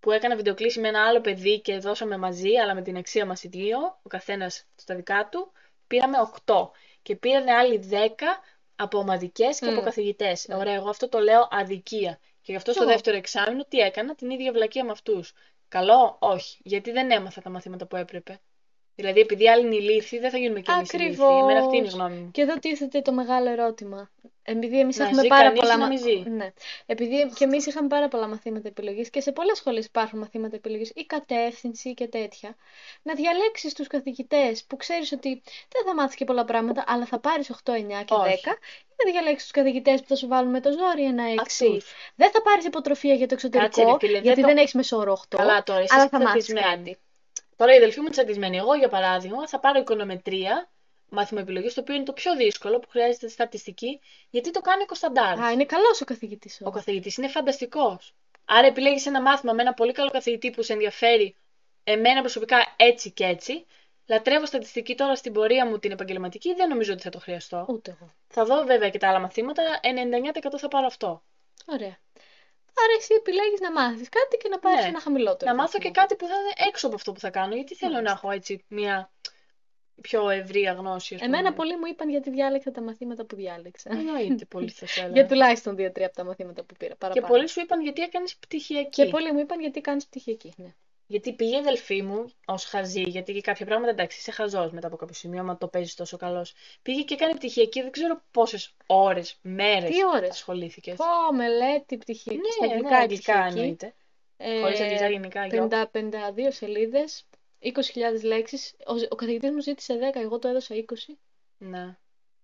που έκανα βιντεοκλήση με ένα άλλο παιδί και δώσαμε μαζί, αλλά με την αξία μας οι δύο, ο καθένας στα δικά του, πήραμε 8. Και πήρανε άλλοι 10 από ομαδικές και από Μμμ. Ναι. καθηγητές. Μμμ. Ωραία, εγώ αυτό το λέω αδικία. Και γι' αυτό Κι στο εγώ. δεύτερο εξάμεινο τι έκανα, την ίδια βλακεία με αυτούς. Καλό, όχι, γιατί δεν έμαθα τα μαθήματα που έπρεπε. Δηλαδή, επειδή άλλοι είναι ηλίθιοι, δεν θα γίνουμε κι εμείς ηλίθιοι. Εμένα αυτή είναι η Ακριβώς. γνώμη μου. Και εδώ τίθεται το μεγάλο ερώτημα. Επειδή εμείς Να έχουμε ζει πάρα κανείς πολλά ή να μην ζει. μαθήματα. Ναι. Επειδή και εμείς είχαμε πάρα πολλά μαθήματα επιλογής και σε πολλές σχολές υπάρχουν μαθήματα επιλογής ή κατεύθυνση και τέτοια. Να διαλέξεις τους καθηγητές που ξέρεις ότι δεν θα μάθεις και πολλά πράγματα, αλλά θα πάρεις 8, 9 και 10. Όχι. Ή να διαλέξεις τους καθηγητές που θα σου βάλουν με το ζόρι ένα 6. Αυτούς. Δεν θα πάρεις υποτροφία για το εξωτερικό, Κάτσε, ρε φίλε, δεν γιατί το- δεν έχεις μεσόωρο 8. Καλά τώρα, εσύ αλλά είσαι θα μάθεις τσατισμένη. κάτι. Τώρα η αδελφή μου είναι τσαντισμένη. Εγώ, για παράδειγμα, θα πάρω οικονομετρία, μάθημα επιλογής, το οποίο είναι το πιο δύσκολο που χρειάζεται στατιστική, γιατί το κάνει ο Κωνσταντάρης. Α, είναι καλός ο καθηγητής Ο καθηγητής είναι φανταστικός. Άρα επιλέγεις ένα μάθημα με ένα πολύ καλό καθηγητή που σε ενδιαφέρει Εμένα προσωπικά έτσι και έτσι. Λατρεύω στατιστική τώρα στην πορεία μου την επαγγελματική, δεν νομίζω ότι θα το χρειαστώ. Ούτε εγώ. Θα δω βέβαια και τα άλλα μαθήματα, 99% θα πάρω αυτό. Ωραία. Άρα εσύ επιλέγεις να μάθεις κάτι και να πάρεις Ναι. ένα χαμηλότερο. να μάθω βαθμό. και κάτι που θα είναι έξω από αυτό που θα κάνω, γιατί θέλω να Μάλιστα. έχω έτσι μια πιο ευρία γνώση. ας πούμε. Εμένα πολλοί μου είπαν γιατί διάλεξα τα μαθήματα που διάλεξα. Εννοείται πολύ θα σε Για έλεγα. τουλάχιστον δύο-τρία από τα μαθήματα που πήρα. Ναι, Και Παραπάνω. πολλοί σου είπαν γιατί έκανες πτυχιακή. Και πολλοί μου είπαν γιατί κάνεις πτυχιακή. Ναι. Γιατί πήγε η αδελφή μου ως χαζή, γιατί και κάποια πράγματα εντάξει, είσαι χαζός μετά από κάποιο σημείο, άμα το παίζεις τόσο καλός. Πήγε και έκανε πτυχιακή, δεν ξέρω πόσες ώρες, μέρες Τι ώρες? ασχολήθηκες. Πω, μελέτη, πτυχιακή, Ναι, στα αγγλικά, πτυχιακή. εννοείται. Ε, Χωρίς αγγλικά γενικά. γιο. 50, 52 σελίδες, 20.000 λέξεις. Ο, ο καθηγητής μου ζήτησε 10, εγώ το έδωσα 20. Ναι.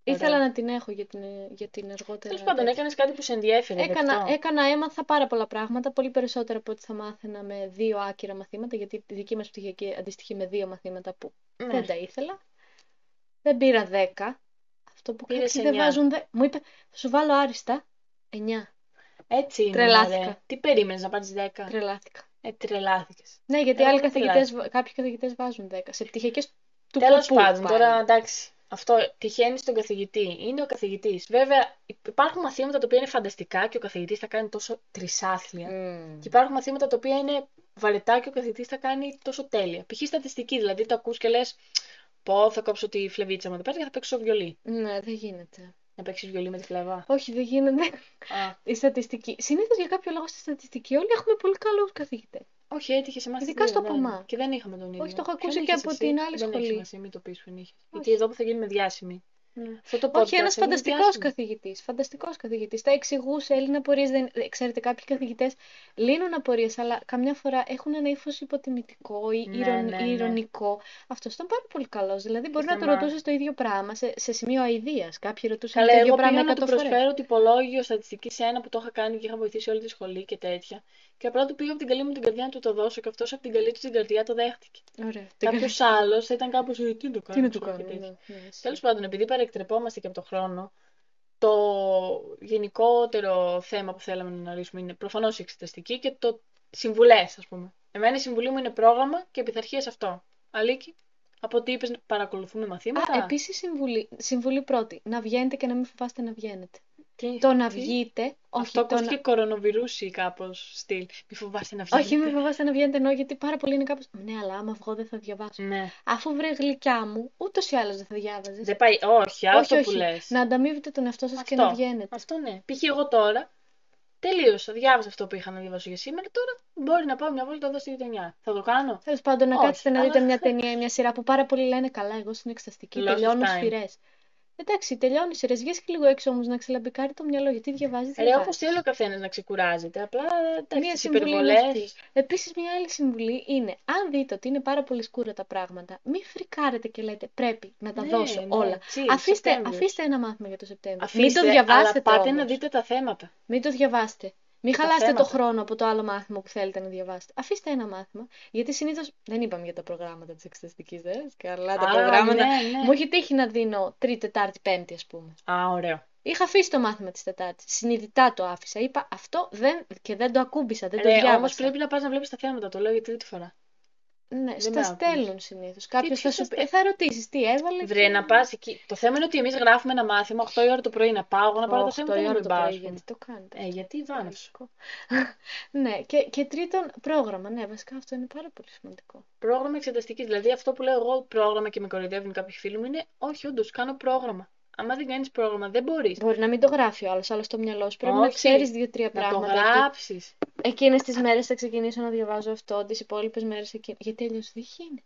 Ήθελα να την έχω για την, ε, για την αργότερα. Τέλος πάντων, τέτοια. έκανες κάτι που σε ενδιέφερε. Έκανα, δεκτό. έκανα, έμαθα πάρα πολλά πράγματα, πολύ περισσότερα από ό,τι θα μάθαινα με δύο άκυρα μαθήματα, γιατί η δική μας πτυχιακή αντιστοιχεί με δύο μαθήματα που Ναι. δεν τα ήθελα. Δεν πήρα δέκα. Αυτό που Πήρες κάποιοι δεν εννιά. βάζουν δε... Μου είπε, θα σου βάλω άριστα. Εννιά. Έτσι είναι. Τρελάθηκα. μωρέ. Τι περίμενες να πάρεις 10. Τρελάθηκα. Ε, τρελάθηκες. Ναι, γιατί Εγώ άλλοι Ε, δεν καθηγητές, βα- κάποιοι καθηγητές βάζουν δέκα. Σε πτυχιακές του Τέλος κοπού πάντων, πάλι. τώρα εντάξει. Αυτό τυχαίνει στον καθηγητή. Είναι ο καθηγητής. Βέβαια, υπάρχουν μαθήματα τα οποία είναι φανταστικά και ο καθηγητής θα κάνει τόσο τρισάθλια. Μμμ. Και υπάρχουν μαθήματα τα οποία είναι βαρετά και ο καθηγητής τα κάνει τόσο τέλεια. Π.χ. στατιστική, δηλαδή το ακούς και λες: Πω, θα κόψω τη φλεβίτσα μου εδώ πέρα και θα παίξω βιολί. Ναι, δεν γίνεται. Να παίξεις βιολί με τη φλεβά. Όχι, δεν γίνεται. Α, Η στατιστική. Συνήθως για κάποιο λόγο στη στατιστική όλοι έχουμε πολύ καλούς καθηγητές. όχι, έτυχε σε εμάς. Ειδικά στο Παμά. ναι. Και δεν είχαμε τον ίδιο. Όχι, το έχω Ποιον ακούσει και είχες από εσύ? την άλλη δεν έχει σχολή. σημασία, μην το πεις ποιον είχε. Γιατί Όχι. εδώ που θα γίνουμε διάσημοι. Ναι. Αυτό το podcast Όχι, ένας θα γίνει φανταστικό διάσημο. καθηγητής. Φανταστικός καθηγητής. Τα εξηγούσε, έλυνε απορίες. Δεν... δεν- Ξέρετε, κάποιοι καθηγητές λύνουν απορίες, αλλά καμιά φορά έχουν ένα ύφος υποτιμητικό ή Ναι, ηρων... ναι, ναι. ηρωνικό. Αυτός ήταν πάρα πολύ καλός. Δηλαδή, μπορεί να το Θεμά. ρωτούσε το ίδιο πράγμα σε, σε σημείο αηδίας. Κάποιοι ρωτούσαν Καλά, το ίδιο εγώ πήγα πράγμα να του 100 φορές. προσφέρω τυπολόγιο στατιστικής σε ένα που το είχα κάνει και είχα βοηθήσει όλη τη σχολή και τέτοια. Και απλά του πήγα από την καλή μου την καρδιά να του το δώσω και αυτός από την καλή του την καρδιά το δέχτηκε. Ωραία. Κάποιος άλλος θα ήταν κάπως. Τι να το Τι κάνω. να του κάνουμε. ναι, ναι, ισχύει. Τέλο πάντων, επειδή παρεκτρεπόμαστε και από το χρόνο, το γενικότερο θέμα που θέλαμε να αναλύσουμε είναι προφανώς η εξεταστική και το συμβουλές, ας πούμε. Εμένα η συμβουλή μου είναι πρόγραμμα και επιθαρχία σε αυτό. Αλίκη, από ό,τι είπες, παρακολουθούμε μαθήματα. Α, επίσης συμβουλή, συμβουλή πρώτη. Να βγαίνετε και να μην φοβάστε να βγαίνετε. Τι- Το να τι? βγείτε, όχι Αυτό το να- ακούστηκε κορονοβιρούσι κάπως στυλ. Μη φοβάσαι να βγει. Όχι, μην φοβάστε να βγαίνετε ενώ γιατί πάρα πολύ είναι κάπως... Ναι, αλλά άμα βγω δεν θα διαβάσω. Ναι. Αφού βρε γλυκιά μου, ούτως ή άλλως δεν θα διάβαζες. Δεν πάει. Όχι, άλλο όχι, αυτό που όχι. λες. Να ανταμείβετε τον εαυτό σας και Αυτό. να βγαίνετε. Αυτό ναι. Π.χ. εγώ τώρα τελείωσα. Διάβασα αυτό που είχα να διαβάσω για σήμερα. Τώρα μπορεί να πάω μια βόλτα εδώ στη γειτονιά. Θα το κάνω. Τέλος πάντων, να Όχι, κάτσετε να αλλά- δείτε μια ταινία ή μια σειρά που πάρα πολλοί λένε καλά. Εγώ στην εξεταστική Lost τελειώνω time. σειρές. Εντάξει, τελειώνεις σειρέ. Βγες και λίγο έξω όμως να ξελαμπικάρει το μυαλό. Γιατί διαβάζεις. Ρε, όπω θέλει ο καθένας να ξεκουράζεται. Απλά Μία εντάξει, τις συμβουλή είναι υπερβολές. αυτή. Επίσης, μια άλλη συμβουλή είναι, αν δείτε ότι είναι πάρα πολύ σκούρα τα πράγματα, μην φρικάρετε και λέτε πρέπει να Ναι, τα δώσω όλα. Αφήστε, αφήστε ένα μάθημα για το Σεπτέμβριο. μην το διαβάσετε αλλά πάτε όμως. να δείτε τα θέματα. Μην το διαβάσετε. Μην Τα χαλάσετε το θέματα. χρόνο από το άλλο μάθημα που θέλετε να διαβάσετε. Αφήστε ένα μάθημα. Γιατί συνήθως δεν είπαμε για τα προγράμματα της εξεταστική δε. Καλά τα Α, προγράμματα. ναι, ναι. Μου έχει τύχει να δίνω Τρίτη, Τετάρτη, Πέμπτη, ας πούμε. Α, ωραίο. Είχα αφήσει το μάθημα της Τετάρτης. Συνειδητά το άφησα. Είπα αυτό δεν... και δεν το ακούμπησα, δεν το Ρε, διάβασα. όμως Ε, πρέπει να πας να βλέπεις τα θέματα. Το λέω για τρίτη φορά. Ναι, Δεν με στα άκουσες. στέλνουν συνήθως. Κάποιος θα ποιος σου στα πει. ε, Θα ρωτήσεις τι έβαλες. Βρε, να πας εκεί. Το θέμα είναι ότι εμείς γράφουμε ένα μάθημα 8 η ώρα το πρωί να πάω. Εγώ να πάρω τα θέματα να μην πάω. ας πούμε. Γιατί το κάνετε. Ε, γιατί βάναυσο. Τραγικό. ναι, και, και τρίτον, πρόγραμμα. Ναι, βασικά αυτό είναι πάρα πολύ σημαντικό. Πρόγραμμα εξεταστικής. Δηλαδή αυτό που λέω εγώ πρόγραμμα και με κοροϊδεύουν κάποιοι φίλοι μου είναι όχι, όντως κάνω πρόγραμμα. Άμα δεν κάνεις πρόγραμμα, δεν μπορείς. Μπορεί να μην το γράφει ο άλλος, αλλά στο μυαλό σου πρέπει να Όχι. ξέρεις δύο-τρία Να το πράγματα. γράψεις. Εκείνες τις μέρες θα ξεκινήσω να διαβάζω αυτό, τις υπόλοιπες μέρες εκείνη. Γιατί αλλιώς δεν γίνεται.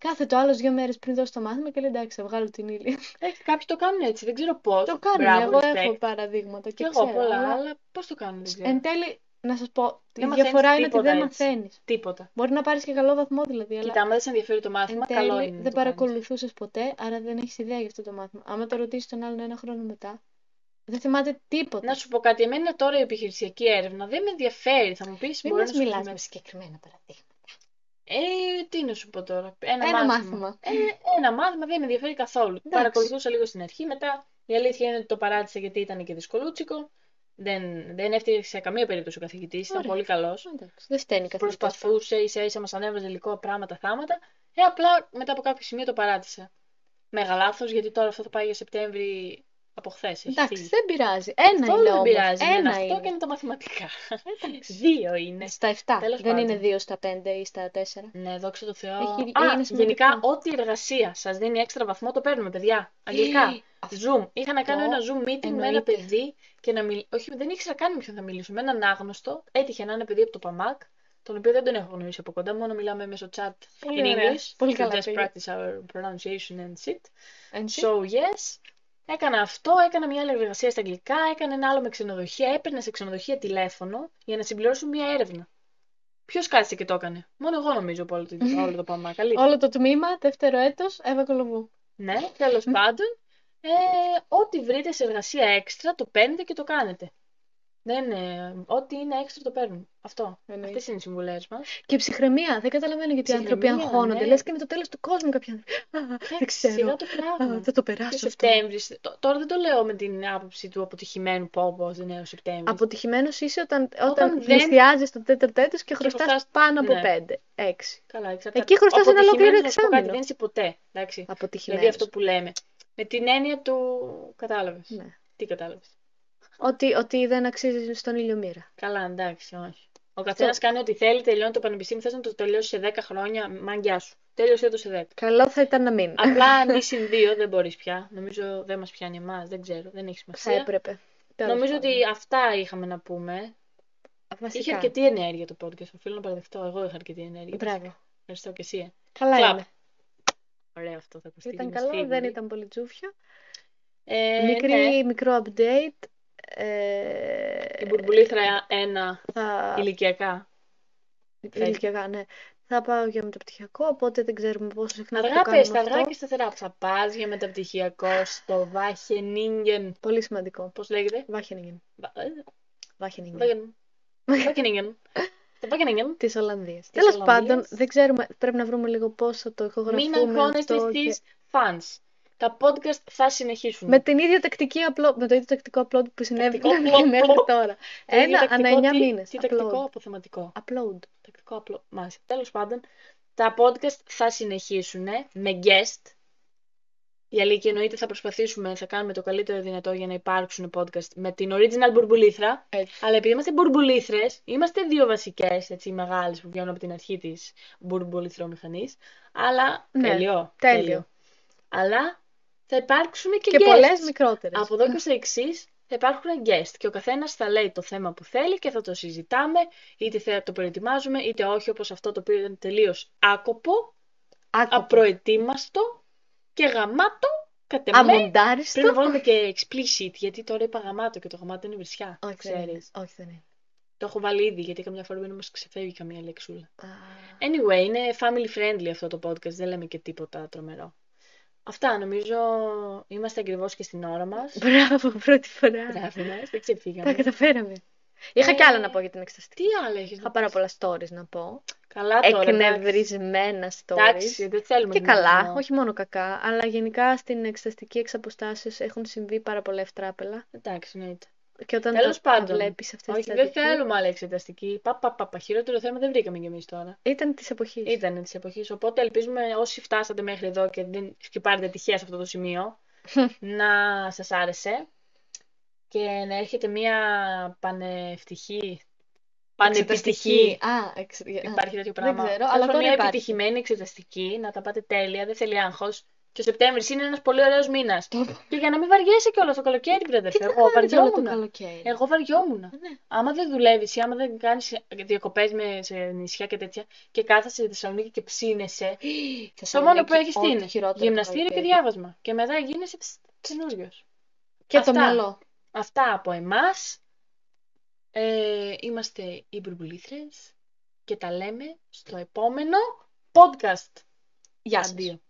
Κάθε το άλλος δύο μέρες πριν δώσει το μάθημα και λέει εντάξει, θα βγάλω την ύλη. Ε, κάποιοι το κάνουν έτσι, δεν ξέρω πώς. το κάνουν. εγώ έχω παραδείγματα και, Και εγώ ξέρω, αλλά πολλά, αλλά πώς το κάνουν, δεν ξέρω. Εν τέλει, να σας πω, η Δεν μαθαίνεις διαφορά είναι ότι τίποτα δεν έτσι. μαθαίνεις. Τίποτα. Μπορεί να πάρεις και καλό βαθμό δηλαδή, αλλά Κοίτα, άμα δεν σε ενδιαφέρει το μάθημα, εν καλό τέλει είναι. να δεν το κάνεις. παρακολουθούσες ποτέ, άρα δεν έχεις ιδέα για αυτό το μάθημα. Άμα το ρωτήσεις τον άλλον ένα χρόνο μετά, δεν θυμάται τίποτα. Να σου πω κάτι, εμένα τώρα η επιχειρησιακή έρευνα δεν με ενδιαφέρει. Θα μου πεις, μπορεί Μην μας να σου μιλάς πούμε. με συγκεκριμένα παραδείγματα. Ε, τι να σου πω τώρα. Ένα, Ένα μάθημα. μάθημα. Ε, ένα μάθημα δεν με ενδιαφέρει καθόλου. Παρακολουθούσα λίγο στην αρχή, μετά η αλήθεια είναι ότι το παράτησα γιατί ήταν και δυσκολούτσικο. Δεν, δεν έφταιγε σε καμία περίπτωση ο καθηγητής, ήταν Ωραία. πολύ καλός. Εντάξει, δεν φταίνει καθόλου. Προσπαθούσε ίσα ίσα, μας ανέβαζε υλικό πράγματα, θάματα. Ε, απλά μετά από κάποιο σημείο το παράτησα. Μέγα λάθος, γιατί τώρα αυτό θα πάει για Σεπτέμβρη από χθες. Εντάξει, δεν πειράζει. Ένα Αυτό είναι δεν όμως. πειράζει. Ένα είναι αυτό είναι. και είναι τα μαθηματικά. Εντάξει. Δύο είναι. Στα 7. Τέλος δεν πάντων. είναι 2 στα 5 ή στα 4. Ναι, δόξα τω Θεώ. Έχει- Α, είναι σημαντικό. γενικά, ό,τι εργασία σας δίνει έξτρα βαθμό, το παίρνουμε, παιδιά. Αγγλικά. Zoom. Είχα να κάνω ένα Zoom meeting με ένα εννοείται. παιδί και να μιλ... Όχι, δεν ήξερα καν με ποιον θα μιλήσω. Με έναν άγνωστο. Έτυχε να είναι παιδί από το ΠΑΜΑΚ, τον οποίο δεν τον έχω γνωρίσει από κοντά, μόνο μιλάμε μέσω chat in Πολύ ωραία. English. Πολύ to καλά just πήγε. practice our pronunciation and shit. Έτσι. So, yes. Έκανα αυτό, έκανα μια άλλη εργασία στα αγγλικά, έκανα ένα άλλο με ξενοδοχεία, έπαιρνα σε ξενοδοχεία τηλέφωνο για να συμπληρώσω μια έρευνα. Ποιος κάθισε και το έκανε. Μόνο εγώ νομίζω από όλο το, όλο το ΠΑΜΑΚ. αλήθεια. Όλο το τμήμα, δεύτερο έτος, Εύα Κολοβού. Ναι, τέλος πάντων. Ε, ό,τι βρείτε σε εργασία έξτρα, το παίρνετε και το κάνετε. Δεν, ε, ό,τι είναι έξτρα το παίρνουμε. Αυτό. Εννοείται. Αυτές είναι οι συμβουλές μας. Και ψυχραιμία. Δεν καταλαβαίνω γιατί οι άνθρωποι Ψυχραιμία, αγχώνονται. ναι. Λες και είναι το τέλος του κόσμου κάποιοι άνθρωποι. Α, δεν ξέρω. Σιγά το Α, πράγμα. θα το Και ο περάσω αυτό. Σεπτέμβρης, τ- τώρα δεν το λέω με την άποψη του αποτυχημένου πόπο δεν είναι ο Σεπτέμβρης. Αποτυχημένος είσαι όταν, όταν, Όταν δεν- πλησιάζεις το τέταρτο έτος και χρωστάς χρωστάς- πάνω από ναι. 5-6. Καλά, εξαρτάται. Εκεί χρωστάς ένα Αποτυχημένος, ολόκληρο Ναι, να σου πω κάτι, εξάμηνο. Δεν είσαι ποτέ, εντάξει. Δηλαδή Αποτυχημένος. αυτό που λέμε. Με την έννοια του... Κατάλαβες. Ναι. Τι κατάλαβες. Ότι, ότι δεν αξίζει στον ήλιο μοίρα. Καλά, εντάξει, όχι. Ο καθένας κάνει ό,τι θέλει, τελειώνει το πανεπιστήμιο. Θες να το τελειώσει σε 10 χρόνια, μαγκιά σου. Τέλειωσε το σε 10. Καλό θα ήταν να μην. Απλά αν είσαι δύο δεν μπορείς πια. Νομίζω δεν μας πιάνει εμάς, δεν ξέρω, δεν έχει Θα σημασία. έπρεπε. Τέλος ναι. Νομίζω πάντων. ότι αυτά είχαμε να πούμε. Είχε Βασικά. αρκετή ενέργεια το podcast. Οφείλω να παραδεχτώ. Εγώ είχα αρκετή ενέργεια. Μπράβο. Ευχαριστώ και εσύ. Καλά Κλαπ. είναι. Ωραίο αυτό θα ακουστεί. Ήταν και μας καλό, φύγει. δεν ήταν πολύ τσούφιο. Ε, ναι. Μικρή, μικρό update. Ε, Η μπουρμπουλήθρα ένα θα... ηλικιακά. ηλικιακά, ναι. Θα πάω για μεταπτυχιακό, οπότε δεν ξέρουμε πόσο συχνά θα Αργά το κάνουμε πες, τα αργά αυτό. και σταθερά. Θα πας για μεταπτυχιακό στο Βάχενίγκεν. Πολύ σημαντικό. Πώς λέγεται. Βάχενιγεν. Βα- ε, Βάχενιγεν. Βάκενιγκεν. Βάκενιγκεν. Το Βάκενιγκεν. Της Ολλανδίας. Τέλο Ολλανδίας. πάντων, δεν ξέρουμε, πρέπει να βρούμε λίγο πώς θα το Μην ηχογραφούμε. αγχώνεστε αυτό και- στις fans. Τα podcast θα συνεχίσουν. Με, την ίδια τακτική upload, με το ίδιο τακτικό upload που συνέβη Τακτικό upload. και μέχρι τώρα. Το ίδιο Ένα τακτικό, ανά 9 τι- μήνες. Τι Upload. τακτικό, αποθεματικό. Upload. Τακτικό, απλό. Μάλιστα. Τέλος πάντων, τα podcast θα συνεχίσουν ε, με guest. Η Αλίκη εννοείται θα προσπαθήσουμε, θα κάνουμε το καλύτερο δυνατό για να υπάρξουν podcast με την original μπουρμπουλήθρα. Έτσι. Αλλά επειδή είμαστε μπουρμπουλήθρες, είμαστε δύο βασικές έτσι μεγάλες που βγαίνουν από την αρχή της μπουρμπουλήθρομηχανή. Αλλά. Ναι, τέλειο, τέλειο. Αλλά θα υπάρξουν και, Και guests. πολλές μικρότερες. Από εδώ και στο εξής θα υπάρχουν guest και ο καθένας θα λέει το θέμα που θέλει και θα το συζητάμε, είτε θα το προετοιμάζουμε, είτε όχι, όπως αυτό το οποίο ήταν τελείως άκοπο, Άκοπο. απροετοίμαστο και γαμάτο κατ' εμέ. Πρέπει να Αμοντάριστο. βάλουμε και explicit, γιατί τώρα είπα γαμάτο και το γαμάτο είναι βρισιά. Όχι, δεν είναι. ξέρεις. Όχι, δεν είναι. Το έχω βάλει ήδη, γιατί καμιά φορά μπορεί να μας ξεφεύγει καμία λεξούλα. Α, Anyway, είναι family friendly αυτό το podcast, δεν λέμε και τίποτα τρομερό. Αυτά, νομίζω είμαστε ακριβώς και στην ώρα μας. Μπράβο, πρώτη φορά. Μπράβο Ε. μας, δεν Τα ξεφύγαμε. καταφέραμε. Είχα κι άλλα να πω για την εξεταστική. Τι άλλα έχεις Είχα να πάρα πολλά stories να πω. Καλά τώρα, εντάξει. Εκνευρισμένα Εντάξει, stories. δεν θέλουμε Και να καλά, μιλάμε. όχι μόνο κακά, αλλά γενικά στην εξεταστική εξ αποστάσεως έχουν συμβεί πάρα πολλά ευτράπελα. Εντάξει, εννοείται. Και όταν Τέλος τα, τα πάντων. βλέπεις αυτές τις Όχι, δεν αντικείμενα- θέλουμε άλλη εξεταστική. Πα, πα, πα, πα. Χειρότερο θέμα δεν βρήκαμε κι εμείς τώρα. Ήταν της εποχής. Ήταν της εποχής. Οπότε ελπίζουμε όσοι φτάσατε μέχρι εδώ και δεν σκυπάρετε τυχαία σε αυτό το σημείο να σας άρεσε και να έχετε μια πανευτυχή. Πανεπιστυχή. Εξεταστική. Α, εξ... Υπάρχει τέτοιο πράγμα. Ε, Δεν ξέρω, Τέλος αλλά πάντων, τώρα μια υπάρχει. επιτυχημένη εξεταστική, να τα πάτε τέλεια, δεν θέλει άγχος. Και ο Σεπτέμβρης είναι ένας πολύ ωραίος μήνας. Το είπα. Και για να μην βαριέσαι κιόλας το καλοκαίρι, Τι μπρεδερφέ. θα Εγώ κάνετε όλο το βαριόμουν. καλοκαίρι. ναι. Εγώ βαριόμουν. Ναι. Άμα δεν δουλεύεις ή άμα δεν κάνεις διακοπές σε νησιά και τέτοια και κάθεσαι στη Θεσσαλονίκη και ψήνεσαι, Ε, Το μόνο που έχει είναι γυμναστήριο και διάβασμα. Και μετά γίνεσαι καινούριο. Και το Αυτά. μυαλό. Αυτά από εμάς. Ε, είμαστε οι Μπουρμπουλήθρες και τα λέμε στο επόμενο podcast. Γεια σας. Αντίο.